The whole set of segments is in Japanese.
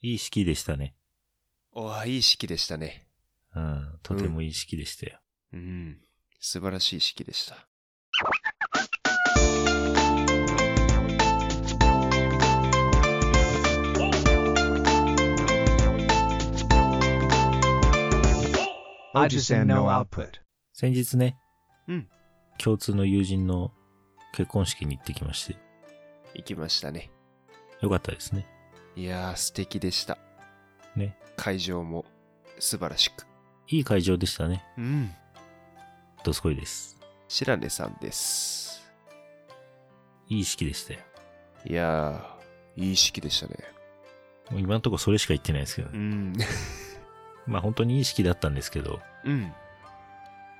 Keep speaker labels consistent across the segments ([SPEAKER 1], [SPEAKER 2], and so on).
[SPEAKER 1] いい式でしたね。
[SPEAKER 2] おーいい式でしたね。
[SPEAKER 1] うん。とてもいい式でしたよ。
[SPEAKER 2] うん。素晴らしい式でした。
[SPEAKER 3] Ajisen no output.
[SPEAKER 1] 先日ね。
[SPEAKER 2] うん
[SPEAKER 1] 共通の友人の結婚式に行ってきまして。
[SPEAKER 2] 行きましたね。
[SPEAKER 1] よかったですね。
[SPEAKER 2] いやー、素敵でした。
[SPEAKER 1] ね。
[SPEAKER 2] 会場も素晴らしく。
[SPEAKER 1] いい会場でしたね。
[SPEAKER 2] うん。
[SPEAKER 1] どすこいです。
[SPEAKER 2] 白根さんです。
[SPEAKER 1] いい式でしたよ。
[SPEAKER 2] いやー、いい式でしたね。
[SPEAKER 1] もう今のところそれしか言ってないですけどね、
[SPEAKER 2] ん。
[SPEAKER 1] まあ本当にいい式だったんですけど、
[SPEAKER 2] うん。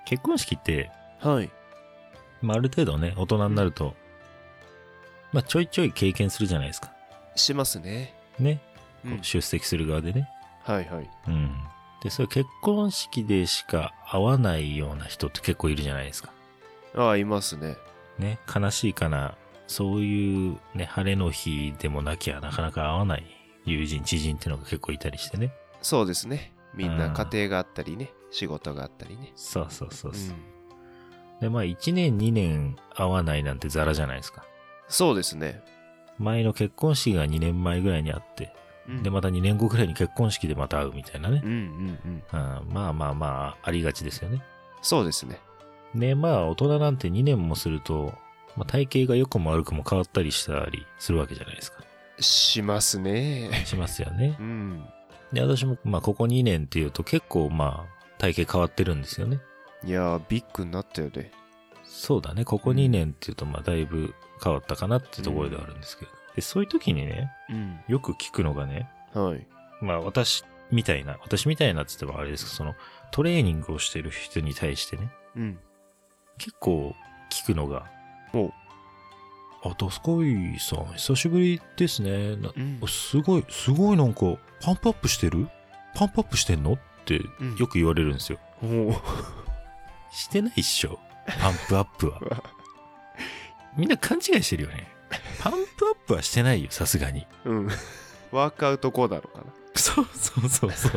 [SPEAKER 1] 結婚式って、
[SPEAKER 2] はい。
[SPEAKER 1] まあ、ある程度ね、大人になると、まあちょいちょい経験するじゃないですか。
[SPEAKER 2] しますね。
[SPEAKER 1] ね。
[SPEAKER 2] う
[SPEAKER 1] こう出席する側でね。
[SPEAKER 2] はいはい。
[SPEAKER 1] うん。で、それ結婚式でしか会わないような人って結構いるじゃないですか。
[SPEAKER 2] ああ、いますね。
[SPEAKER 1] ね。悲しいかな。そういうね、晴れの日でもなきゃなかなか会わない友人、知人ってのが結構いたりしてね。
[SPEAKER 2] そうですね。みんな
[SPEAKER 1] うん
[SPEAKER 2] 家庭があったりね、仕事があったりね。
[SPEAKER 1] そうそうそう
[SPEAKER 2] う
[SPEAKER 1] そう、
[SPEAKER 2] ん
[SPEAKER 1] で、まあ1年2年会わないなんてザラじゃないですか。
[SPEAKER 2] そうですね。
[SPEAKER 1] 前の結婚式が2年前ぐらいにあって、で、また2年後ぐらいに結婚式でまた会うみたいなね
[SPEAKER 2] う。んうんうん。
[SPEAKER 1] うん、まあまあまあ、ありがちですよね。
[SPEAKER 2] そうですね。
[SPEAKER 1] ね、まあ、大人なんて2年もすると、まあ、体型が良くも悪くも変わったりしたりするわけじゃないです か。
[SPEAKER 2] しますね。
[SPEAKER 1] しますよね
[SPEAKER 2] う。ん。
[SPEAKER 1] で、私も、まあ、ここ2年っていうと結構、まあ、体型変わってるんですよね。
[SPEAKER 2] いやー、ビッグになったよね。
[SPEAKER 1] そうだね、ここ2年っていうと、まあ、だいぶ変わったかなってところではあるんですけど。で、そういう時にね、
[SPEAKER 2] うん。
[SPEAKER 1] よく聞くのがね、
[SPEAKER 2] はい。
[SPEAKER 1] まあ、私みたいな、私みたいなって言ってもあれですけど、その、トレーニングをしてる人に対してね、
[SPEAKER 2] うん。
[SPEAKER 1] 結構聞くのが、
[SPEAKER 2] おう
[SPEAKER 1] あ、ドスコイさん、久しぶりですね。な
[SPEAKER 2] うん
[SPEAKER 1] すごい、すごいなんか、パンプアップしてるパンプアップしてんのって
[SPEAKER 2] うん
[SPEAKER 1] よく言われるんですよ。
[SPEAKER 2] お
[SPEAKER 1] してないっしょ。パンプアップは。 みんな勘違いしてるよね。パンプアップはしてないよ、さすがに。
[SPEAKER 2] う。うん。 ワークアウト後だろうか
[SPEAKER 1] そうそうそう そう。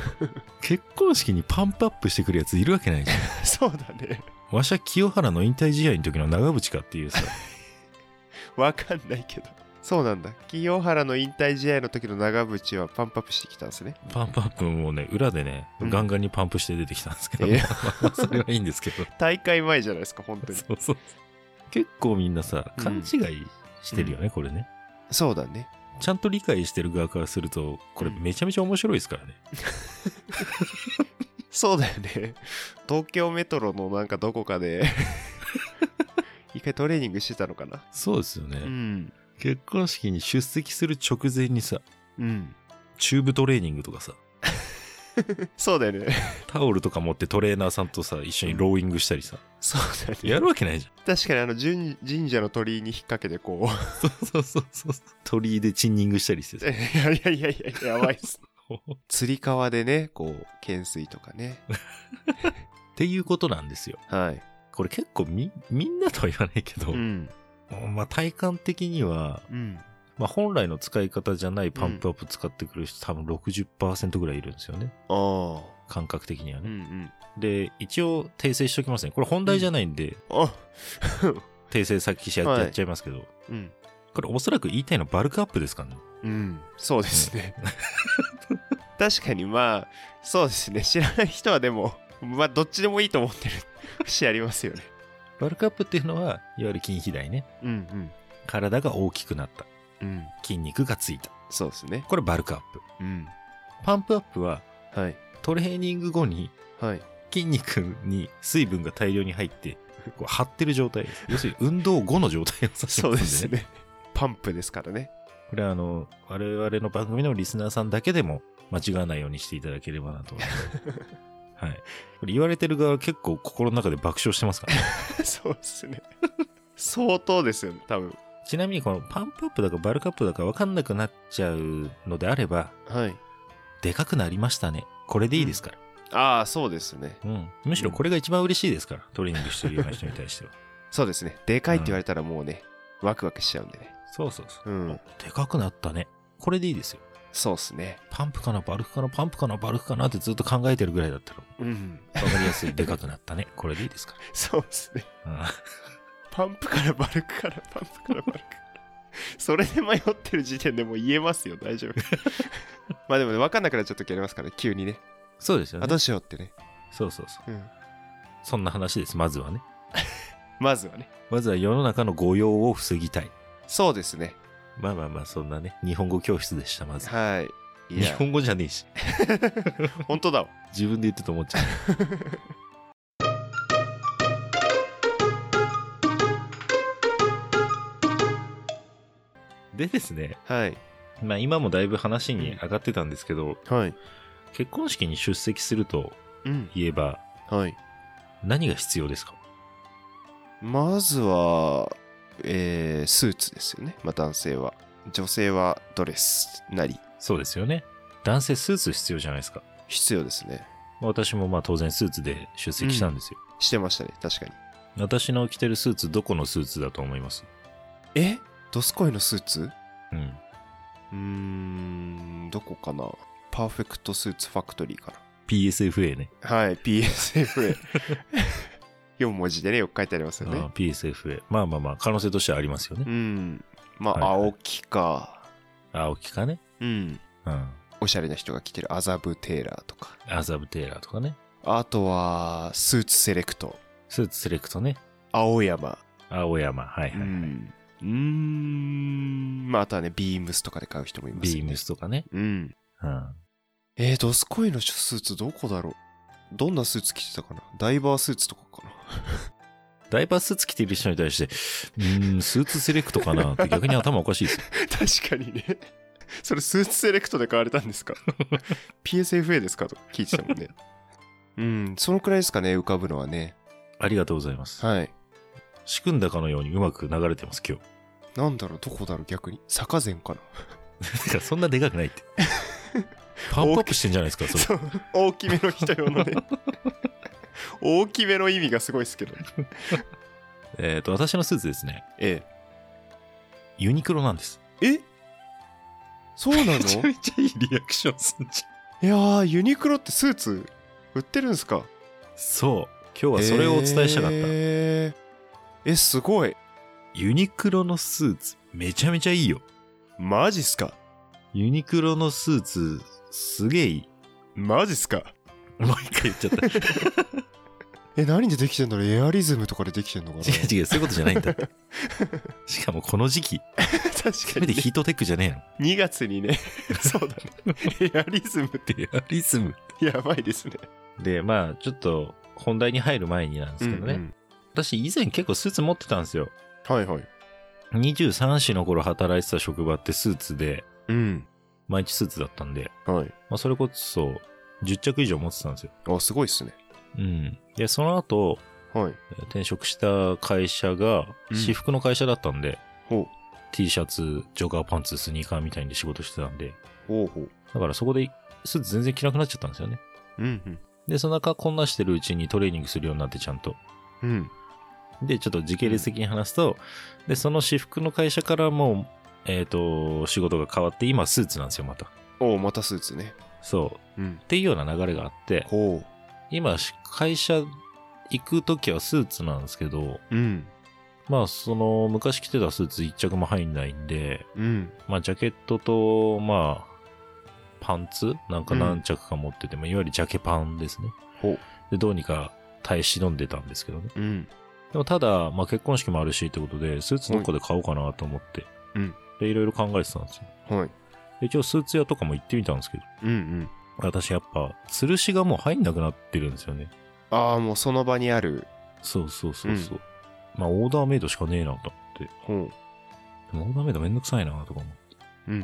[SPEAKER 1] 結婚式にパンプアップしてくるやついるわけないじゃん。
[SPEAKER 2] な。 そうだね。
[SPEAKER 1] わしは清原の引退試合の時の長渕かっていうさ、
[SPEAKER 2] わかんないけど。そうなんだ。清原の引退試合の時の長渕はパンプアップしてきたんですね。
[SPEAKER 1] パンプアップもね、裏でね、
[SPEAKER 2] うん
[SPEAKER 1] ガンガンにパンプして出てきたんですけど、
[SPEAKER 2] いや
[SPEAKER 1] まあそれはいいんですけど。
[SPEAKER 2] 大会前じゃないですか、本当に。
[SPEAKER 1] そうそう。結構みんなさ、
[SPEAKER 2] うん
[SPEAKER 1] 勘違いしてるよね、これね。
[SPEAKER 2] そうだね。
[SPEAKER 1] ちゃんと理解してる側からすると、これ
[SPEAKER 2] うん
[SPEAKER 1] めちゃめちゃ面白いですからね。
[SPEAKER 2] そうだよね。東京メトロのなんかどこかで、 一回トレーニングしてたのかな。
[SPEAKER 1] そうですよね、
[SPEAKER 2] ん。
[SPEAKER 1] 結婚式に出席する直前にさ、
[SPEAKER 2] うん。
[SPEAKER 1] チューブトレーニングとかさ、
[SPEAKER 2] そうだよね。
[SPEAKER 1] タオルとか持ってトレーナーさんとさ、一緒にローイングしたりさ、
[SPEAKER 2] そうだね。
[SPEAKER 1] やるわけないじ
[SPEAKER 2] 確かにあの神神社の鳥居に引っ掛けてこう。
[SPEAKER 1] ゃん。 そうそうそうそう。鳥居でチンニングしたりしてさ
[SPEAKER 2] いやいやいやいや、やばいっ す。釣り革でね、こう、懸垂とかね。
[SPEAKER 1] っていうことなんですよ。
[SPEAKER 2] はい。
[SPEAKER 1] これ結構み、みんなとは言わないけど、
[SPEAKER 2] ん。
[SPEAKER 1] まあ体感的には、
[SPEAKER 2] うん。
[SPEAKER 1] まあ、本来の使い方じゃないパンプアップ使ってくる人、多分60%ぐらいいるんですよね。
[SPEAKER 2] ああ。
[SPEAKER 1] 感覚的には
[SPEAKER 2] うんう
[SPEAKER 1] ね。
[SPEAKER 2] ん。
[SPEAKER 1] で、一応訂正しておきますね。これ本題じゃないんで、
[SPEAKER 2] あ
[SPEAKER 1] 訂正先しや
[SPEAKER 2] はい
[SPEAKER 1] やっちゃいますけど、
[SPEAKER 2] うん。
[SPEAKER 1] これおそらく言いたいのはバルクアップですからね。
[SPEAKER 2] うん。そうです ね。確かにまあ、そうですね。知らない人はでも、まあ、どっちでもいいと思ってる 節ありますよね。
[SPEAKER 1] バルクアップっていうのは、いわゆる筋肥大ね。
[SPEAKER 2] うん
[SPEAKER 1] 体が大きくなった。
[SPEAKER 2] うん。うん。
[SPEAKER 1] 筋肉がついた。
[SPEAKER 2] そうですね。
[SPEAKER 1] これバルクアップ。
[SPEAKER 2] うん。
[SPEAKER 1] パンプアップは、
[SPEAKER 2] はい。
[SPEAKER 1] トレーニング後に
[SPEAKER 2] はい。
[SPEAKER 1] 筋肉に水分が大量に入って、こう張ってる状態です。要するに運動後の状態を指してますんで
[SPEAKER 2] そう
[SPEAKER 1] ね。
[SPEAKER 2] ですね。パンプですからね。
[SPEAKER 1] これはあの、我々の番組のリスナーさんだけでも間違わないようにしていただければなと思い ます。はい。これ言われてる側結構心の中で爆笑してますから、ね、
[SPEAKER 2] そうですね。相当ですよね、多分。
[SPEAKER 1] ちなみにこのパンプアップだかバルクアップだか分かんなくなっちゃうのであれば、
[SPEAKER 2] はい。
[SPEAKER 1] でかくなりましたね。これでいいですから。
[SPEAKER 2] ああ、そうですね。
[SPEAKER 1] うん。むしろこれが一番嬉しいですから、トレーニングしてるような人に対しては。
[SPEAKER 2] そうですね。でかいって言われたらもうね、ワクワクしちゃうんでね。
[SPEAKER 1] そうそうそう。
[SPEAKER 2] うん。
[SPEAKER 1] でかくなったね。これでいいですよ。
[SPEAKER 2] そうっすね。
[SPEAKER 1] パンプかな、バルクかな、パンプかな、バルクかなってずっと考えてるぐらいだったら、
[SPEAKER 2] うん。
[SPEAKER 1] わかりや すい。でかくなったね。これでいいですか
[SPEAKER 2] そうっすね。
[SPEAKER 1] ら。うん
[SPEAKER 2] パンプからバルクから、パンプからバルクから。それで迷ってる時点でもう言えますよ、 大丈夫。まあでもね、分かんなくなっちゃった時ありますからね、急にね。
[SPEAKER 1] そうですよ
[SPEAKER 2] あ、
[SPEAKER 1] ね
[SPEAKER 2] ど。うしようってね。
[SPEAKER 1] そうそうそう。
[SPEAKER 2] うん。
[SPEAKER 1] そんな話です、まずはね。
[SPEAKER 2] まずはね。
[SPEAKER 1] まずは世の中の誤用を防ぎたい。
[SPEAKER 2] そうですね。
[SPEAKER 1] まあまあまあ、そんなね、日本語教室でした、まず。
[SPEAKER 2] はい。い
[SPEAKER 1] 日
[SPEAKER 2] や、
[SPEAKER 1] 本語じゃねえし。
[SPEAKER 2] 本当だわ。
[SPEAKER 1] 自分で言ってと思っ ちゃう。でですね、
[SPEAKER 2] はい。
[SPEAKER 1] まあ今もだいぶ話に上がってたんですけど、
[SPEAKER 2] はい。
[SPEAKER 1] 結婚式に出席すると
[SPEAKER 2] うん。
[SPEAKER 1] いえば
[SPEAKER 2] はい。
[SPEAKER 1] 何が必要ですか
[SPEAKER 2] まずは、えー、スーツですよね。まあ男性は。女性はドレスなり
[SPEAKER 1] そうですよね。男性スーツ必要じゃないですか。
[SPEAKER 2] 必要ですね。
[SPEAKER 1] 私もまあ当然スーツで出席したんですよ。
[SPEAKER 2] してましたね、確かに。
[SPEAKER 1] 私の着てるスーツどこのスーツだと思います
[SPEAKER 2] えドスコイのスーツ
[SPEAKER 1] うん。
[SPEAKER 2] うーん、どこかなパーフェクトスーツファクトリーか
[SPEAKER 1] PSFA ね。
[SPEAKER 2] な。はい、PSFA。4文字でね、よく書いてありますよ
[SPEAKER 1] あ
[SPEAKER 2] ね
[SPEAKER 1] あ。PSFA。まあまあまあ、可能性としてはありますよ
[SPEAKER 2] う
[SPEAKER 1] ね。
[SPEAKER 2] ん。まあ、
[SPEAKER 1] はいはい
[SPEAKER 2] 青木か。
[SPEAKER 1] 青木かね。
[SPEAKER 2] うん。
[SPEAKER 1] うん。
[SPEAKER 2] おしゃれな人が着てる麻布テーラーとか。
[SPEAKER 1] アザブテイラーとかね。
[SPEAKER 2] あとは、スーツセレクト。
[SPEAKER 1] スーツセレクトね。
[SPEAKER 2] 青山。
[SPEAKER 1] 青山。はいはい。
[SPEAKER 2] うん。うーん。まあ、あとはね、ビームスとかで買う人もいます、ね。
[SPEAKER 1] ビームス。とかね。
[SPEAKER 2] うん。
[SPEAKER 1] うん。
[SPEAKER 2] えー、ドスコイのスーツどこだろうどんなスーツ着てたかなダイバースーツとかかな
[SPEAKER 1] ダイバースーツ着ている人に対して、うーん、スーツセレクトかなって逆に頭おかしいですよ。
[SPEAKER 2] 確かにね。 それスーツセレクトで買われたん ですか ?PSFA ですかと聞いてたもん ね。うん、そのくらいですかね、浮かぶのはね。
[SPEAKER 1] ありがとうございます。
[SPEAKER 2] はい。
[SPEAKER 1] 仕組んだかのようにうまく流れてます、今日。
[SPEAKER 2] なんだろう、どこだろう、逆に。坂前かな
[SPEAKER 1] てか、そんなでかくない って。パンプアップしてんじゃないですか、それ。
[SPEAKER 2] そう、大きめの人用 のね。大きめの意味がすごいですけど。
[SPEAKER 1] えっと、私のスーツですね。
[SPEAKER 2] え
[SPEAKER 1] ユニクロなんです。
[SPEAKER 2] え。えそうなのい
[SPEAKER 1] めちゃいいリアクションすんじゃん。
[SPEAKER 2] やー、ユニクロってスーツ売ってるんですか
[SPEAKER 1] そう。今日はそれをお伝えしたかった。
[SPEAKER 2] えーえ、すごい。
[SPEAKER 1] ユニクロのスーツ、めちゃめちゃいいよ。
[SPEAKER 2] マジっすか
[SPEAKER 1] ユニクロのスーツ、すげえいい。
[SPEAKER 2] マジっすか
[SPEAKER 1] もう一回言っちゃ った。違
[SPEAKER 2] え何でできてんだろうエアリズムとかでできてんのかな
[SPEAKER 1] う違う、そういうことじゃないんだ。 しかもこの時期、
[SPEAKER 2] 確
[SPEAKER 1] せめてヒートテックじゃね
[SPEAKER 2] 2月にね そうだねエアリズムって
[SPEAKER 1] えの。エアリズム。
[SPEAKER 2] やばいですね
[SPEAKER 1] で、まあ、ちょっと、本題に入る前になんですけどね。
[SPEAKER 2] うん
[SPEAKER 1] 私、以前結構スーツ持ってたんですよ。
[SPEAKER 2] うんはいはい
[SPEAKER 1] 23歳の頃働いてた職場ってスーツで、
[SPEAKER 2] うん
[SPEAKER 1] 毎日スーツだったんで、
[SPEAKER 2] はい
[SPEAKER 1] まあ、それこそ、10着以上持ってたんですよ。
[SPEAKER 2] あすごいっすね
[SPEAKER 1] うん。で、その後、
[SPEAKER 2] はい
[SPEAKER 1] 転職した会社が、
[SPEAKER 2] うん
[SPEAKER 1] 私服の会社だったんで、
[SPEAKER 2] ほ
[SPEAKER 1] T シャツ、ジョガーパンツ、スニーカーみたいに仕事してたんで、
[SPEAKER 2] うほうほう
[SPEAKER 1] だからそこでスーツ全然着なくなっちゃったんですよね。
[SPEAKER 2] うん
[SPEAKER 1] で、その中こんなしてるうちにトレーニングするようになってちゃんと。
[SPEAKER 2] うんうん
[SPEAKER 1] で、ちょっと時系列的に話すと、で、その私服の会社からもう、えっ、と、仕事が変わって、今スーツなんですよ、また。
[SPEAKER 2] おうまたスーツね
[SPEAKER 1] そう。
[SPEAKER 2] うん
[SPEAKER 1] っていうような流れがあって、
[SPEAKER 2] ほ
[SPEAKER 1] 今、し会社行くときはスーツなんですけど、
[SPEAKER 2] ううん
[SPEAKER 1] まあ、その、昔着てたスーツ一着も入んないんで、
[SPEAKER 2] うん
[SPEAKER 1] まあ、ジャケットと、まあ、パンツなんか何着か持ってて、まあいわゆるジャケパンですね。
[SPEAKER 2] ほう
[SPEAKER 1] で、どうにか耐え忍んでたんですけどね。
[SPEAKER 2] うん
[SPEAKER 1] でも、ただ、まあ、結婚式もあるし、ってことで、スーツどっかで買おうかなと思って、
[SPEAKER 2] うん
[SPEAKER 1] で、いろいろ考えてたんですよ。
[SPEAKER 2] はい
[SPEAKER 1] で、今日スーツ屋とかも行ってみたんですけど、
[SPEAKER 2] うんうん
[SPEAKER 1] 私やっぱ、吊るしがもう入んなくなってるんですよね。
[SPEAKER 2] ああもうその場にある
[SPEAKER 1] そうそうそうそう。まあ、オーダーメイドしかねえなと思って。
[SPEAKER 2] ほ
[SPEAKER 1] でも、オーダーメイドめんどくさいなとか思って
[SPEAKER 2] ううん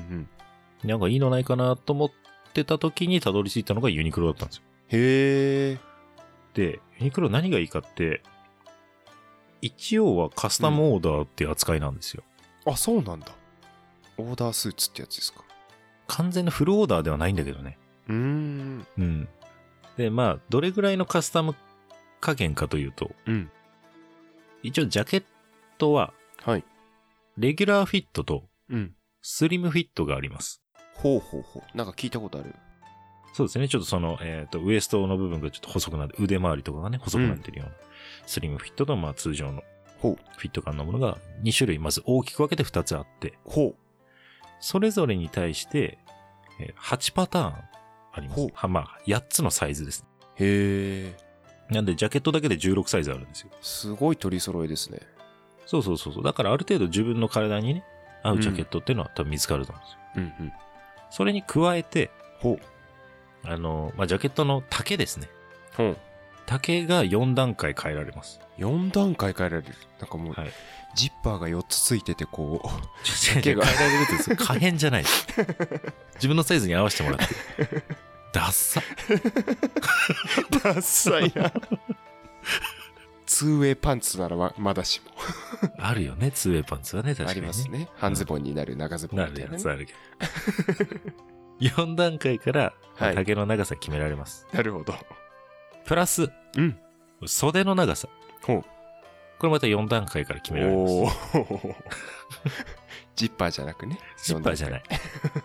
[SPEAKER 2] うん
[SPEAKER 1] なんかいいのないかなと思ってた時にたどり着いたのがユニクロだったんですよ。
[SPEAKER 2] へえ
[SPEAKER 1] で、ユニクロ何がいいかって、一応はカスタムオーダーっていう扱いなんですよ。
[SPEAKER 2] あそうなんだオーダースーツってやつですか
[SPEAKER 1] 完全なフルオーダーではないんだけどね。
[SPEAKER 2] うーん
[SPEAKER 1] うん。で、まあ、どれぐらいのカスタム加減かというと、
[SPEAKER 2] うん
[SPEAKER 1] 一応ジャケットは、
[SPEAKER 2] はい
[SPEAKER 1] レギュラーフィットと
[SPEAKER 2] うん
[SPEAKER 1] スリムフィットがあります。
[SPEAKER 2] ほうほうほう。なんか聞いたことある。
[SPEAKER 1] そうですね。ちょっとその、えっ、と、ウエストの部分がちょっと細くなって、腕周りとかがね、細くなってるような、スリムフィットと、まあ通常の
[SPEAKER 2] ほう。
[SPEAKER 1] フィット感のものが2種類、まず大きく分けて2つあって、
[SPEAKER 2] ほ
[SPEAKER 1] それぞれに対して、えー8パターンありま
[SPEAKER 2] ほ
[SPEAKER 1] す
[SPEAKER 2] う。
[SPEAKER 1] はまあ、8つのサイズです。
[SPEAKER 2] う。へえ。
[SPEAKER 1] なんで、ジャケットだけで16サイズあるんですよ。
[SPEAKER 2] すごい取り揃えですね。
[SPEAKER 1] そうそうそうそう。だからある程度自分の体にね、合うジャケットっていうのは多分見つかると思うんですよ。
[SPEAKER 2] うんうん。
[SPEAKER 1] それに加えて、
[SPEAKER 2] ほう。
[SPEAKER 1] あの、まあ、ジャケットの丈ですね。
[SPEAKER 2] ほう。
[SPEAKER 1] 丈が4段階変えられます。
[SPEAKER 2] 4段階変えられる。なんかもう、
[SPEAKER 1] はい
[SPEAKER 2] ジッパーが4つついてて、こう。
[SPEAKER 1] 丈
[SPEAKER 2] が
[SPEAKER 1] が変えられるって、可変じゃないです。自分のサイズに合わせてもらって。ダッサ。
[SPEAKER 2] ダッサいな。 ツーウェイパンツならままだしも。
[SPEAKER 1] あるよね、ツーウェイパンツはね、確
[SPEAKER 2] あ
[SPEAKER 1] かに、
[SPEAKER 2] り
[SPEAKER 1] ね。
[SPEAKER 2] ますね。半ズボンになる、長ズボン
[SPEAKER 1] な
[SPEAKER 2] み
[SPEAKER 1] る
[SPEAKER 2] た
[SPEAKER 1] や
[SPEAKER 2] いな、ね
[SPEAKER 1] つ。あるけど。4段階から、
[SPEAKER 2] はい
[SPEAKER 1] 丈の長さ決められます。
[SPEAKER 2] なるほど。
[SPEAKER 1] プラス、
[SPEAKER 2] うん
[SPEAKER 1] 袖の長さ。
[SPEAKER 2] ほう。
[SPEAKER 1] これまた4段階から決められます
[SPEAKER 2] お。お。ジッパーじゃなくね。
[SPEAKER 1] ジッパーじゃない。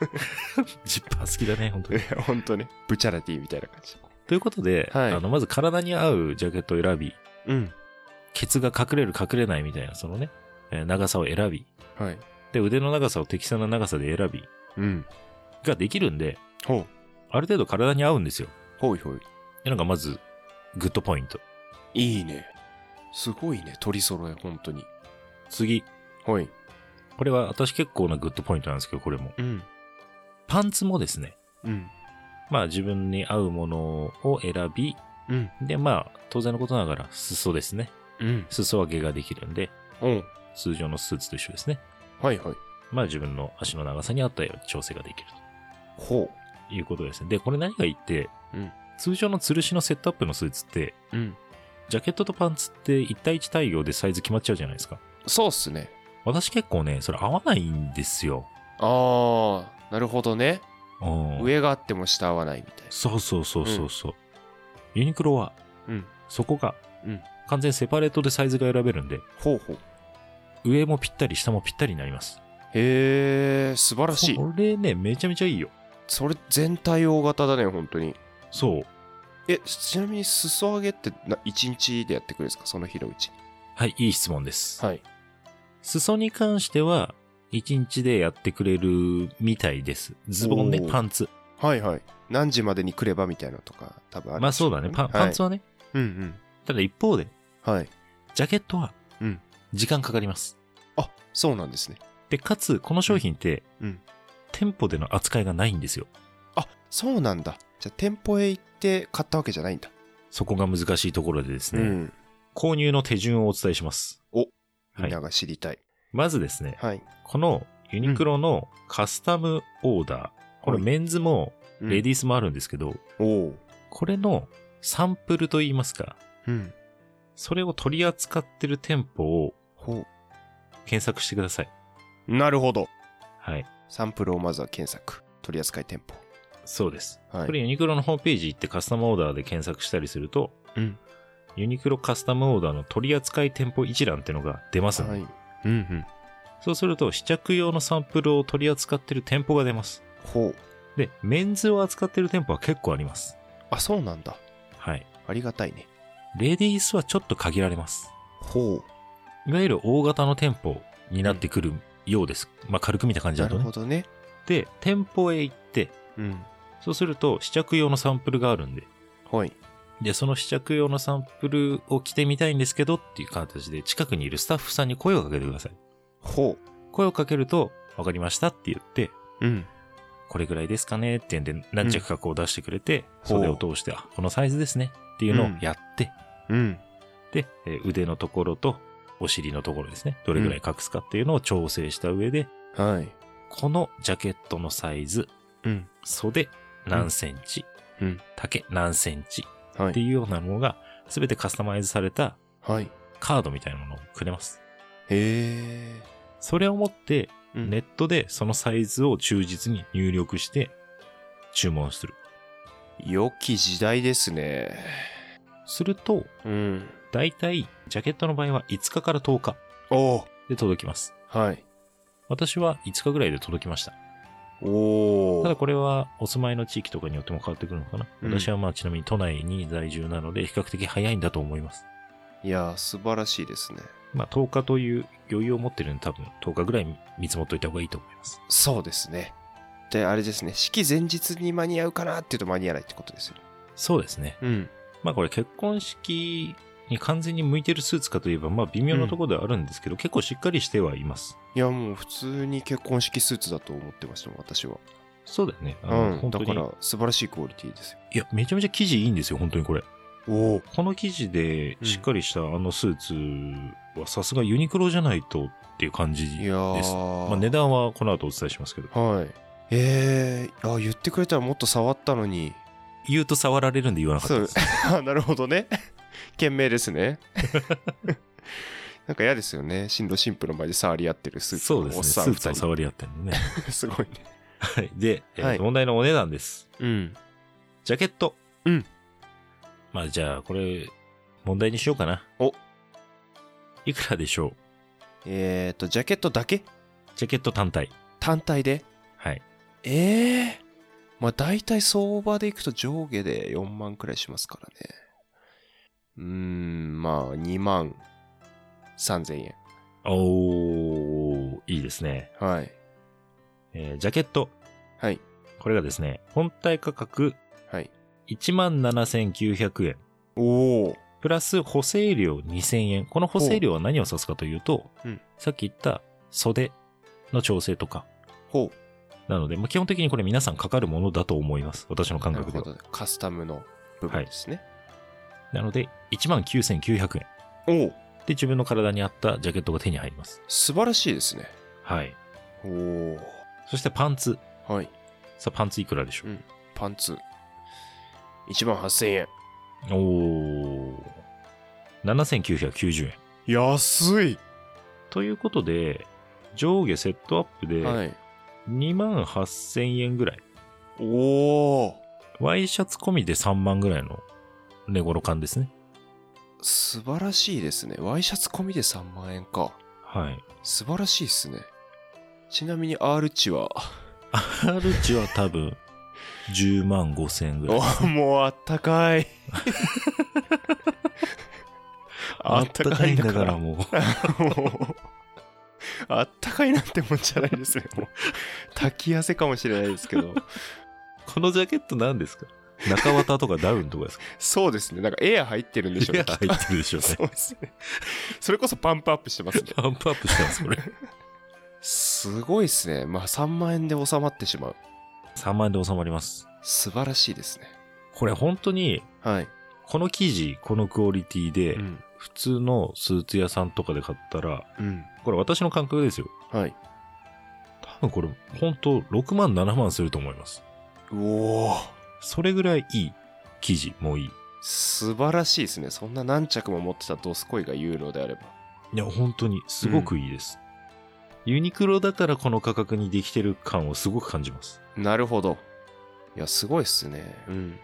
[SPEAKER 1] ジッパー好きだね、本当に。
[SPEAKER 2] いや 本当ね。ブチャラティみたいな感じ。
[SPEAKER 1] ということで、
[SPEAKER 2] はい
[SPEAKER 1] あのまず体に合うジャケットを選び、
[SPEAKER 2] うん。
[SPEAKER 1] ケツが隠れる隠れないみたいな、そのね、えー長さを選び、
[SPEAKER 2] はい。
[SPEAKER 1] で、腕の長さを適正な長さで選び、
[SPEAKER 2] うん。
[SPEAKER 1] ができるんで、
[SPEAKER 2] ほう。
[SPEAKER 1] ある程度体に合うんですよ。
[SPEAKER 2] ほいほい。
[SPEAKER 1] でなんかまず、グッドポイント。
[SPEAKER 2] いいね。すごいね。取り揃え、本当に。
[SPEAKER 1] 次。
[SPEAKER 2] ほい。
[SPEAKER 1] これは私結構なグッドポイントなんですけど、これも。
[SPEAKER 2] うん。
[SPEAKER 1] パンツもですね、
[SPEAKER 2] うん。
[SPEAKER 1] まあ自分に合うものを選び、
[SPEAKER 2] うん。
[SPEAKER 1] で、まあ当然のことながら裾ですね。
[SPEAKER 2] うん。
[SPEAKER 1] 裾分けができるんで、
[SPEAKER 2] うん。
[SPEAKER 1] 通常のスーツと一緒ですね。
[SPEAKER 2] はいはい。
[SPEAKER 1] まあ自分の足の長さに合ったように調整ができる
[SPEAKER 2] ほ
[SPEAKER 1] ということですね。で、これ何がいいって、
[SPEAKER 2] うん
[SPEAKER 1] 通常の吊るしのセットアップのスーツって、
[SPEAKER 2] う。うん。
[SPEAKER 1] ジャケットとパンツって一対一対応でサイズ決まっちゃうじゃないですか。
[SPEAKER 2] そうっすね。
[SPEAKER 1] 私結構ね、それ合わないんですよ。
[SPEAKER 2] ああ、なるほどね。
[SPEAKER 1] うん。
[SPEAKER 2] 上があっても下合わないみたい
[SPEAKER 1] そうそうそうそうそう。ユニクロは、
[SPEAKER 2] な。うん。
[SPEAKER 1] そこが、
[SPEAKER 2] うん
[SPEAKER 1] 完全セパレートでサイズが選べるんで、
[SPEAKER 2] ほうほう。
[SPEAKER 1] 上もぴったり、下もぴったりになります。
[SPEAKER 2] へえ、素晴らしい。
[SPEAKER 1] これね、めちゃめちゃいいよ。
[SPEAKER 2] それ全体大型だね、本当に。
[SPEAKER 1] そう。
[SPEAKER 2] え、ちなみに裾上げってな1日でやってくれるんですかその日のうちに。
[SPEAKER 1] はい、いい質問です。
[SPEAKER 2] はい。
[SPEAKER 1] 裾に関しては、1日でやってくれるみたいです。ズボンね
[SPEAKER 2] お、ー
[SPEAKER 1] パンツ。
[SPEAKER 2] はいはい。何時までに来ればみたいなのとか、多分ある
[SPEAKER 1] まあそうだね、パンパンツ
[SPEAKER 2] は
[SPEAKER 1] はね。
[SPEAKER 2] い。うん
[SPEAKER 1] ただ一方で、
[SPEAKER 2] うん。はい。
[SPEAKER 1] ジャケットは
[SPEAKER 2] うん、
[SPEAKER 1] 時間かかります。
[SPEAKER 2] あ、そうなんですね。
[SPEAKER 1] で、かつ、この商品って
[SPEAKER 2] うんうん、
[SPEAKER 1] 店舗での扱いがないんですよ。
[SPEAKER 2] あ、そうなんだ。じゃあ店舗へ行って買ったわけじゃないんだ。
[SPEAKER 1] そこが難しいところでです
[SPEAKER 2] う
[SPEAKER 1] ね、
[SPEAKER 2] ん。
[SPEAKER 1] 購入の手順をお伝えします。
[SPEAKER 2] みんなが知りたい。
[SPEAKER 1] まずですね、
[SPEAKER 2] はい。
[SPEAKER 1] このユニクロのカスタムオーダー、これメンズもレデ
[SPEAKER 2] ィ
[SPEAKER 1] ィースもあるんですけど、
[SPEAKER 2] ー。おお。
[SPEAKER 1] これのサンプルといいますか、
[SPEAKER 2] うん。
[SPEAKER 1] それを取り扱ってる店舗を
[SPEAKER 2] ほ
[SPEAKER 1] 検索してください。
[SPEAKER 2] う。なるほど。
[SPEAKER 1] はい。
[SPEAKER 2] サンプルをまずは検索。取扱店舗。
[SPEAKER 1] そうです。
[SPEAKER 2] はい。
[SPEAKER 1] これユニクロのホームページ行ってカスタムオーダーで検索したりすると、
[SPEAKER 2] うん
[SPEAKER 1] ユニクロカスタムオーダーの取り扱い店舗一覧っていうのが出ますので、
[SPEAKER 2] はい。うんうん。
[SPEAKER 1] そうすると試着用のサンプルを取り扱ってる店舗が出ます。
[SPEAKER 2] ほう。
[SPEAKER 1] で、メンズを扱ってる店舗は結構あります。
[SPEAKER 2] あ、そうなんだ。
[SPEAKER 1] はい。
[SPEAKER 2] ありがたいね。
[SPEAKER 1] レディースはちょっと限られます。
[SPEAKER 2] ほ
[SPEAKER 1] いわゆる大型の店舗になってくるようです。まあ軽く見た感
[SPEAKER 2] う。
[SPEAKER 1] じ
[SPEAKER 2] な
[SPEAKER 1] だと
[SPEAKER 2] る
[SPEAKER 1] ね
[SPEAKER 2] ほ。どね。
[SPEAKER 1] で、店舗へ行って、
[SPEAKER 2] うん。
[SPEAKER 1] そうすると試着用のサンプルがあるんで、
[SPEAKER 2] はい。
[SPEAKER 1] で、その試着用のサンプルを着てみたいんですけどっていう形で近くにいるスタッフさんに声をかけてください。
[SPEAKER 2] ほ
[SPEAKER 1] 声をかけると、わかりましたって言って、
[SPEAKER 2] う。うん。
[SPEAKER 1] これぐらいですかねって言うんで何着かこう出してくれて、
[SPEAKER 2] ほう
[SPEAKER 1] 袖を通して、あ、このサイズですねっていうのをやって、
[SPEAKER 2] うん。
[SPEAKER 1] で、えー腕のところとお尻のところですね、どれぐらい隠すかっていうのを調整した上で、
[SPEAKER 2] はい。
[SPEAKER 1] このジャケットのサイズ、
[SPEAKER 2] うん。
[SPEAKER 1] 袖何センチ、
[SPEAKER 2] うん
[SPEAKER 1] 丈何センチ
[SPEAKER 2] は
[SPEAKER 1] って
[SPEAKER 2] い。
[SPEAKER 1] いうようなのが、すべてカスタマイズされた
[SPEAKER 2] はい。
[SPEAKER 1] カードみたいなものをくれます。
[SPEAKER 2] へえ。
[SPEAKER 1] それを持って、
[SPEAKER 2] うん
[SPEAKER 1] ネットでそのサイズを忠実に入力して、注文する。
[SPEAKER 2] 良き時代ですね。
[SPEAKER 1] すると、
[SPEAKER 2] うん。
[SPEAKER 1] だいたい、ジャケットの場合は5日から10日
[SPEAKER 2] おお。
[SPEAKER 1] で届きます。
[SPEAKER 2] はい。
[SPEAKER 1] 私は5日ぐらいで届きました。
[SPEAKER 2] お
[SPEAKER 1] ただ
[SPEAKER 2] お。
[SPEAKER 1] これはお住まいの地域とかによっても変わってくるのかな。
[SPEAKER 2] うん
[SPEAKER 1] 私はまあちなみに都内に在住なので比較的早いんだと思います。
[SPEAKER 2] いやー、素晴らしいですね。
[SPEAKER 1] まあ10日という余裕を持ってるんで多分10日ぐらい見積もっといた方がいいと思います。
[SPEAKER 2] そうですね。で、あれですね、式前日に間に合うかなっていうと間に合わないってことですよね。
[SPEAKER 1] そうですね。
[SPEAKER 2] うん。
[SPEAKER 1] まあこれ結婚式に完全に向いてるスーツかといえばまあ微妙なところではあるんですけど、結構しっかりしてはいます。
[SPEAKER 2] いや、もう普通に結婚式スーツだと思ってましたもん、私は。
[SPEAKER 1] そうだよね。あの
[SPEAKER 2] うん。
[SPEAKER 1] 本当
[SPEAKER 2] だ
[SPEAKER 1] に
[SPEAKER 2] から、素晴らしいクオリティですよ。
[SPEAKER 1] いや、めちゃめちゃ生地いいんですよ、本当にこれ。
[SPEAKER 2] おお。
[SPEAKER 1] この生地でしっかりしたあのスーツはさすがユニクロじゃないとっていう感じ
[SPEAKER 2] いやー
[SPEAKER 1] です。まあ値段はこの後お伝えしますけど。
[SPEAKER 2] はい。えー、あ、言ってくれたらもっと触ったのに。
[SPEAKER 1] 言うと触られるんで言わなかったです。
[SPEAKER 2] あなるほどね。賢明ですね。 なんか嫌ですよね。新郎新婦の前で触り合ってるスーツ
[SPEAKER 1] そう
[SPEAKER 2] の
[SPEAKER 1] です
[SPEAKER 2] お
[SPEAKER 1] ね。
[SPEAKER 2] っ
[SPEAKER 1] ス
[SPEAKER 2] さん
[SPEAKER 1] ー
[SPEAKER 2] 二
[SPEAKER 1] ツを
[SPEAKER 2] 人。
[SPEAKER 1] 触り合ってるのね。
[SPEAKER 2] すごいね。
[SPEAKER 1] はい。 で、えー
[SPEAKER 2] はい
[SPEAKER 1] 問題のお値段です。
[SPEAKER 2] うん。
[SPEAKER 1] ジャケット。
[SPEAKER 2] うん。
[SPEAKER 1] まあじゃあ、これ、問題にしようかな。
[SPEAKER 2] お
[SPEAKER 1] いくらでしょう
[SPEAKER 2] えっ、ー、と、ジャケットだけ
[SPEAKER 1] ジャケット単体。
[SPEAKER 2] 単体で
[SPEAKER 1] はい。
[SPEAKER 2] ええー。まあ大体相場でいくと上下で4万くらいしますからね。うーん、まあ2万3000円。
[SPEAKER 1] おー、いいですね。
[SPEAKER 2] はい。
[SPEAKER 1] えージャケット。
[SPEAKER 2] はい。
[SPEAKER 1] これがですね、本体価格
[SPEAKER 2] はい。
[SPEAKER 1] 17,900円。
[SPEAKER 2] おお。
[SPEAKER 1] プラス補正料2000円。この補正料は何を指すかというと、
[SPEAKER 2] うん
[SPEAKER 1] さっき言った袖の調整とか。
[SPEAKER 2] ほう。
[SPEAKER 1] なので、まあ、基本的にこれ皆さんかかるものだと思います。私の感
[SPEAKER 2] なる
[SPEAKER 1] 覚で
[SPEAKER 2] ほ
[SPEAKER 1] は。
[SPEAKER 2] ど。カスタムの部分ですね。
[SPEAKER 1] なので、19,900円。
[SPEAKER 2] おお。
[SPEAKER 1] で、自分の体に合ったジャケットが手に入ります。
[SPEAKER 2] 素晴らしいですね。
[SPEAKER 1] はい。
[SPEAKER 2] おお。
[SPEAKER 1] そしてパンツ。
[SPEAKER 2] はい。
[SPEAKER 1] さあ、パンツいくらでしょう、
[SPEAKER 2] パンツ。1万8000円。
[SPEAKER 1] おー。7990円。
[SPEAKER 2] 安い
[SPEAKER 1] ということで、上下セットアップで
[SPEAKER 2] はい。
[SPEAKER 1] 2万8000円ぐらい。
[SPEAKER 2] おお。
[SPEAKER 1] ワイシャツ込みで3万ぐらいの寝頃感ですね。
[SPEAKER 2] 素晴らしいですね。ワイシャツ込みで3万円か。
[SPEAKER 1] はい。
[SPEAKER 2] 素晴らしいですね。ちなみに R 値は、
[SPEAKER 1] アルチは多分10万5千円ぐらい。
[SPEAKER 2] お もうあったか い。
[SPEAKER 1] あったかいんだから
[SPEAKER 2] も
[SPEAKER 1] もう。
[SPEAKER 2] う。あったかいなんてもんじゃない ですよ。もう炊き汗かもしれないですけど。
[SPEAKER 1] このジャケット何ですか中綿とかダウンとかですか
[SPEAKER 2] そうですね。なんかエア入ってるんでしょう
[SPEAKER 1] い
[SPEAKER 2] ね
[SPEAKER 1] や、入ってるでしょうね
[SPEAKER 2] そ。うですね。 それこそパンプアップしてますね。
[SPEAKER 1] パンプアップしてます、これ。
[SPEAKER 2] すごいですね。まあ3万円で収まってしまう。
[SPEAKER 1] 3万円で収まります。
[SPEAKER 2] 素晴らしいですね。
[SPEAKER 1] これ本当に、
[SPEAKER 2] はい。
[SPEAKER 1] この生地、このクオリティで、
[SPEAKER 2] ん。
[SPEAKER 1] 普通のスーツ屋さんとかで買ったら、
[SPEAKER 2] うん。
[SPEAKER 1] これ私の感覚ですよ。
[SPEAKER 2] はい。
[SPEAKER 1] 多分これ、本当6万、7万すると思います。
[SPEAKER 2] うおー
[SPEAKER 1] それぐらいいい生地もいい。
[SPEAKER 2] 素晴らしいですね。そんな何着も持ってたドスコイが言うのであれば。
[SPEAKER 1] いや、本当にすごくいいです。ユニクロだからこの価格にできてる感をすごく感じます。
[SPEAKER 2] なるほど。いや、すごいっすね。うん。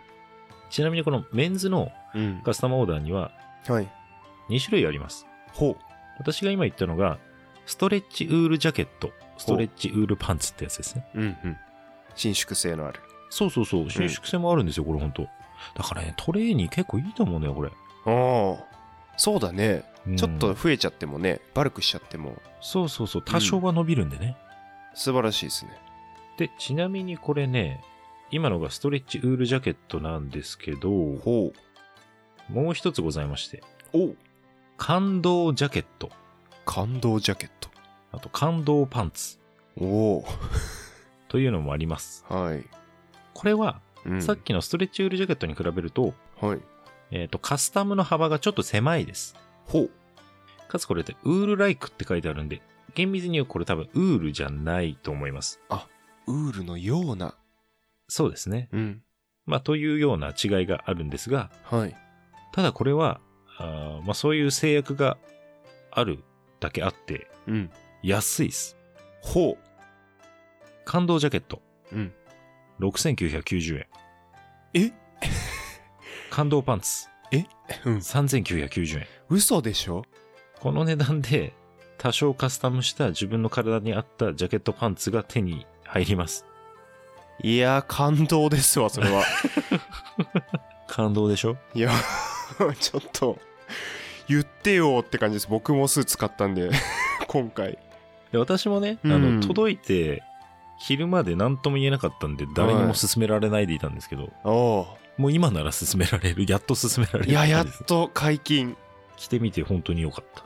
[SPEAKER 1] ちなみにこのメンズの
[SPEAKER 2] うん。
[SPEAKER 1] カスタムオーダーには
[SPEAKER 2] はい。
[SPEAKER 1] 2種類あります。
[SPEAKER 2] ほう。
[SPEAKER 1] 私が今言ったのが、ストレッチウールジャケット、ストレッチウールパンツってやつですね。
[SPEAKER 2] うんうん。伸伸縮性のある。
[SPEAKER 1] そうそうそう、伸縮性もあるんですよ、これ本当だからね、トレーに結構いいと思うね、これ。
[SPEAKER 2] ああ。そうだね。
[SPEAKER 1] うん
[SPEAKER 2] ちょっと増えちゃってもね、バルクしちゃっても、
[SPEAKER 1] そうそうそう、多少は伸びるんでね。
[SPEAKER 2] 素晴らしいですね。
[SPEAKER 1] で、ちなみにこれね、今のがストレッチウールジャケットなんですけど、も
[SPEAKER 2] ほう。
[SPEAKER 1] う一つございまして、
[SPEAKER 2] おう
[SPEAKER 1] 感動ジャケット、
[SPEAKER 2] 感動ジャケット。
[SPEAKER 1] あと感動パンツ
[SPEAKER 2] おお。
[SPEAKER 1] というのもあります。
[SPEAKER 2] はい。
[SPEAKER 1] これは、
[SPEAKER 2] うん
[SPEAKER 1] さっきのストレッチウールジャケットに比べると、
[SPEAKER 2] はい。
[SPEAKER 1] えっ、と、カスタムの幅がちょっと狭いです。
[SPEAKER 2] ほう。
[SPEAKER 1] かつこれって、ウールライクって書いてあるんで、厳密に言うこれ多分ウールじゃないと思います。
[SPEAKER 2] ウールのような。
[SPEAKER 1] そうですね。
[SPEAKER 2] うん。
[SPEAKER 1] まあ、というような違いがあるんですが、
[SPEAKER 2] はい。
[SPEAKER 1] ただこれは、あーまあ、そういう制約があるだけあって、
[SPEAKER 2] うん。
[SPEAKER 1] 安いです。
[SPEAKER 2] ほ
[SPEAKER 1] 感動ジャケット、
[SPEAKER 2] う。うん。
[SPEAKER 1] 6990円。
[SPEAKER 2] え
[SPEAKER 1] 感動パンツ、
[SPEAKER 2] うん。
[SPEAKER 1] 3990円。
[SPEAKER 2] 嘘でしょ
[SPEAKER 1] この値段で、多少カスタムした自分の体に合ったジャケットパンツが手に入ります。
[SPEAKER 2] いやー、感動ですわ、それは。
[SPEAKER 1] 感動でしょ
[SPEAKER 2] いや、 ちょっと、言ってよって感じです。僕も数使ったんで、 今回。
[SPEAKER 1] で私もね、あ
[SPEAKER 2] うん
[SPEAKER 1] の、届いて、昼まで何とも言えなかったんで、誰にも勧められないでいたんですけど、
[SPEAKER 2] お
[SPEAKER 1] もう今なら勧められる。やっと勧められる。
[SPEAKER 2] いや、やっと解禁。
[SPEAKER 1] 着てみて本当に良かった。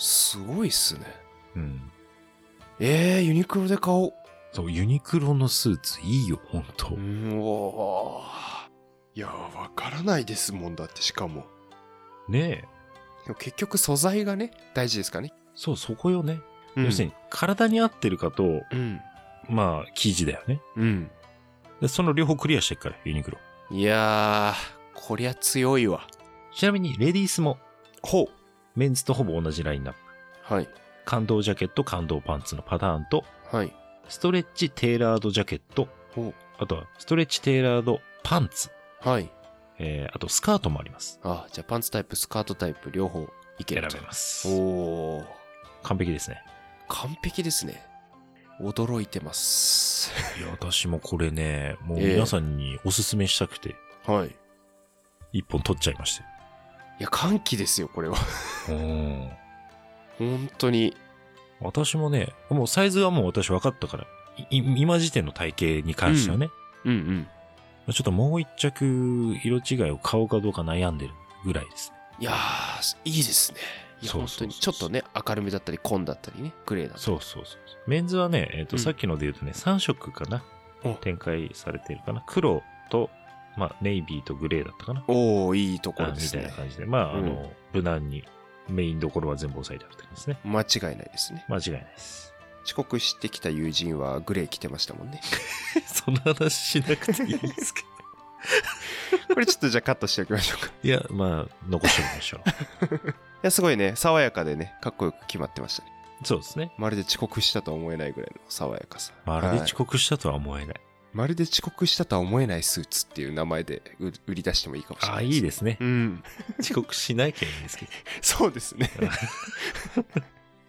[SPEAKER 2] すごいっすね。
[SPEAKER 1] うん。
[SPEAKER 2] えー、ユニクロで買おう。
[SPEAKER 1] そう、ユニクロのスーツいいよ、本当、
[SPEAKER 2] うん、おーいや、わからないですもんだって、しかも。
[SPEAKER 1] ねえ。
[SPEAKER 2] でも結局、素材がね、大事ですかね。
[SPEAKER 1] そう、そこよね。
[SPEAKER 2] うん
[SPEAKER 1] 要するに、体に合ってるかと、
[SPEAKER 2] うん。
[SPEAKER 1] まあ、生地だよね。
[SPEAKER 2] うん。
[SPEAKER 1] で、その両方クリアしてるから、ユニクロ。
[SPEAKER 2] いやー、こりゃ強いわ。
[SPEAKER 1] ちなみに、レディースも、
[SPEAKER 2] ほう。
[SPEAKER 1] メンズとほぼ同じラインナップ。
[SPEAKER 2] はい。
[SPEAKER 1] 感動ジャケット、感動パンツのパターンと、
[SPEAKER 2] はい。
[SPEAKER 1] ストレッチテーラードジャケット、
[SPEAKER 2] ほ
[SPEAKER 1] あとはストレッチテーラードパンツ、
[SPEAKER 2] う。はい。
[SPEAKER 1] えー、あとスカートもあります。
[SPEAKER 2] あ、じゃあパンツタイプ、スカートタイプ、両方いけ
[SPEAKER 1] 選
[SPEAKER 2] る
[SPEAKER 1] べ
[SPEAKER 2] と。
[SPEAKER 1] ます。
[SPEAKER 2] おー。
[SPEAKER 1] 完璧 ですね。
[SPEAKER 2] 完璧ですね。驚いてます。
[SPEAKER 1] いや、私もこれね、もう
[SPEAKER 2] ええ
[SPEAKER 1] 皆さんにおすすめしたくて、
[SPEAKER 2] はい。い
[SPEAKER 1] 一本取っちゃいまし
[SPEAKER 2] や、歓喜ですよ、これは。
[SPEAKER 1] たようん。
[SPEAKER 2] 本当に。
[SPEAKER 1] 私もね、もうサイズはもう私分かったから、いい今時点の体型に関してはね、
[SPEAKER 2] うんうん。
[SPEAKER 1] ちょっともう一着色違いを買おうかどうか悩んでるぐらいですね。
[SPEAKER 2] いやー、いいですね。いや、
[SPEAKER 1] そ
[SPEAKER 2] 本
[SPEAKER 1] うそう
[SPEAKER 2] 当
[SPEAKER 1] そう
[SPEAKER 2] に。ちょっとね、明るめだったり、紺だったりね、グレーだったり。
[SPEAKER 1] そうそうそう。メンズはね、えっ、と、
[SPEAKER 2] うん
[SPEAKER 1] さっきので言うとね、3色かな
[SPEAKER 2] お。
[SPEAKER 1] 展開されてるかな。黒と、まあ、ネイビーとグレーだったかな。
[SPEAKER 2] おー、いいとこ
[SPEAKER 1] あ
[SPEAKER 2] ろ
[SPEAKER 1] み
[SPEAKER 2] です
[SPEAKER 1] たい
[SPEAKER 2] ね
[SPEAKER 1] な。感じで。まあ、あ
[SPEAKER 2] うん
[SPEAKER 1] の、無難にメインどころは全部押さえてあるって感じですね。
[SPEAKER 2] 間違いないですね。
[SPEAKER 1] 間違いないです。
[SPEAKER 2] 遅刻してきた友人はグレー着てましたもんね。
[SPEAKER 1] そんな話しなくていいですけど。
[SPEAKER 2] これちょっとじゃあカットしておきましょうか。 い
[SPEAKER 1] いや、まあ、残しておきましょ
[SPEAKER 2] や、すごいね、爽やかでね、かっこよく決まってましたね。
[SPEAKER 1] う。そうですね。
[SPEAKER 2] まるで遅刻したとは思えないぐらいの爽やかさ。
[SPEAKER 1] まるで
[SPEAKER 2] はい
[SPEAKER 1] 遅刻したとは思えない。
[SPEAKER 2] まるで遅刻したとは思えないスーツっていう名前で売売り出してもいいかもしれ
[SPEAKER 1] あ
[SPEAKER 2] な
[SPEAKER 1] あ、
[SPEAKER 2] い
[SPEAKER 1] いいですね
[SPEAKER 2] う。ん。
[SPEAKER 1] 遅刻しなきゃいいんですけど。
[SPEAKER 2] そうです ね。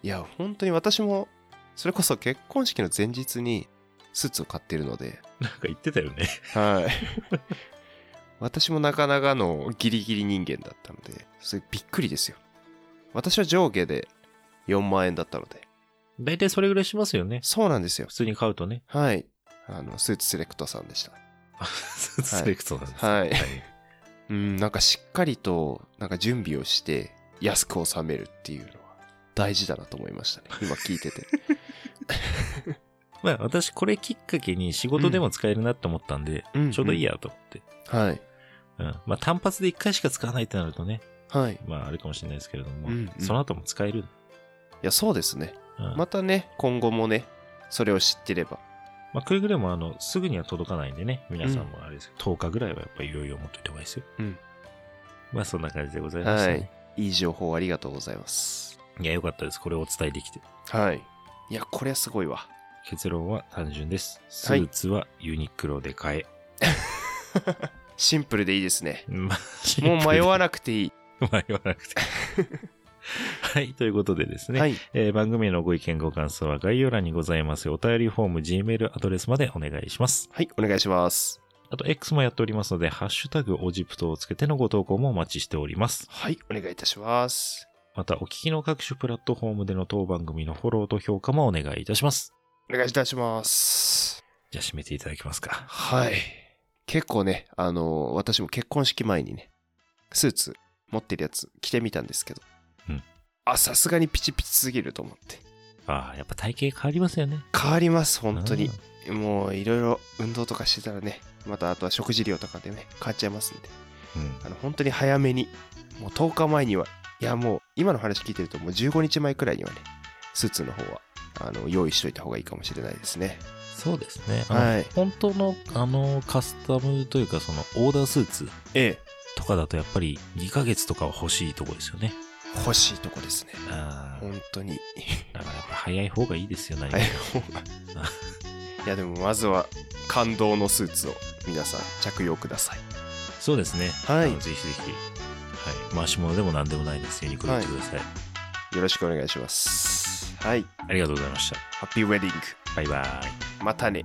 [SPEAKER 2] いや、本当に私も、それこそ結婚式の前日にスーツを買ってるので、
[SPEAKER 1] なんか言ってたよね。
[SPEAKER 2] はい。 私もなかなかのギリギリ人間だったので、それびっくりですよ。私は上下で4万円だったので。
[SPEAKER 1] 大体それぐらいしますよね。
[SPEAKER 2] そうなんですよ
[SPEAKER 1] 普。通に買うと ね。
[SPEAKER 2] はい。あの、スーツセレクトさんでした。
[SPEAKER 1] スレクトなんです。
[SPEAKER 2] はい。うん、なんかしっかりと、なんか準備をして、安く収めるっていうのは大事だなと思いましたね。今聞い てて。
[SPEAKER 1] まあ私これきっかけに仕事でも使えるなと思ったんで、
[SPEAKER 2] うん
[SPEAKER 1] ちょうどいいやと思って。
[SPEAKER 2] はい。
[SPEAKER 1] うん。まあ単発で1回しか使わないってなるとね、
[SPEAKER 2] はい。い
[SPEAKER 1] まああれかもしれないですけれども、
[SPEAKER 2] うんうん
[SPEAKER 1] その後も使える。
[SPEAKER 2] や、そうですね。
[SPEAKER 1] うん、
[SPEAKER 2] ま
[SPEAKER 1] ま
[SPEAKER 2] たね、今後もね、それを知ってれば。
[SPEAKER 1] あくれぐれもあの、すぐには届かないんでね、皆さんもあれですけど、10日ぐらいはやっぱり余裕を持っておいた方がいいですよ。
[SPEAKER 2] うん。
[SPEAKER 1] まあそんな感じでございました、
[SPEAKER 2] は
[SPEAKER 1] ね。
[SPEAKER 2] い。いい情報ありがとうございます。
[SPEAKER 1] い。や、よかったです。これをお伝えできて。
[SPEAKER 2] はい。いや、これはすごいわ。
[SPEAKER 1] 結論は単純です。スーツはユニクロで買え。
[SPEAKER 2] シンプルでいいですね。
[SPEAKER 1] まあ
[SPEAKER 2] もう迷わなくていい。
[SPEAKER 1] 迷わなくて。 はい。ということでですね。
[SPEAKER 2] はい。
[SPEAKER 1] えー番組へのご意見ご感想は概要欄にございますお便りフォーム、Gmail アドレスまでお願いします。
[SPEAKER 2] はい、お願いします。
[SPEAKER 1] あと、X もやっておりますので、ハッシュタグオジプトをつけてのご投稿もお待ちしております。
[SPEAKER 2] はい、お願いいたします。
[SPEAKER 1] また、お聞きの各種プラットフォームでの当番組のフォローと評価もお願いいたします。
[SPEAKER 2] お願いいたします。
[SPEAKER 1] じゃあ、締めていただきますか。
[SPEAKER 2] はい。結構ね、あの、私も結婚式前にね、スーツ持ってるやつ着てみたんですけど、
[SPEAKER 1] うん
[SPEAKER 2] あ、さすがにピチピチすぎると思って。
[SPEAKER 1] ああ、やっぱ体型変わりますよね。
[SPEAKER 2] 変わります、本当に
[SPEAKER 1] うん。。
[SPEAKER 2] もういろいろ運動とかしてたらね、またあとは食事量とかでね、変わっちゃいますんで、
[SPEAKER 1] うん
[SPEAKER 2] あの本当に早めに、もう10日前には、いやもう今の話聞いてるともう15日前くらいにはね、スーツの方は、あの、用意しといた方がいいかもしれないですね。
[SPEAKER 1] そうですね。あの
[SPEAKER 2] はい
[SPEAKER 1] 本当の、あの、カスタムというか、その、オーダースーツ
[SPEAKER 2] ええ、
[SPEAKER 1] とかだと、やっぱり2ヶ月とかは欲しいとこですよね。
[SPEAKER 2] 欲しいとこですね。
[SPEAKER 1] ああ、
[SPEAKER 2] 本当に。
[SPEAKER 1] だからやっぱ早い方がいいですよ、何も
[SPEAKER 2] はい いやでもまずは感動のスーツを皆さん着用ください。
[SPEAKER 1] そうですね。
[SPEAKER 2] は
[SPEAKER 1] あ
[SPEAKER 2] い
[SPEAKER 1] のぜひぜひ。はい。回し物でも何でもないです。ユニクロ行ってください。
[SPEAKER 2] よろしくお願いします。はい。
[SPEAKER 1] ありがとうございました。
[SPEAKER 2] ハッピーウェディング。
[SPEAKER 1] バイバイ。
[SPEAKER 2] またね。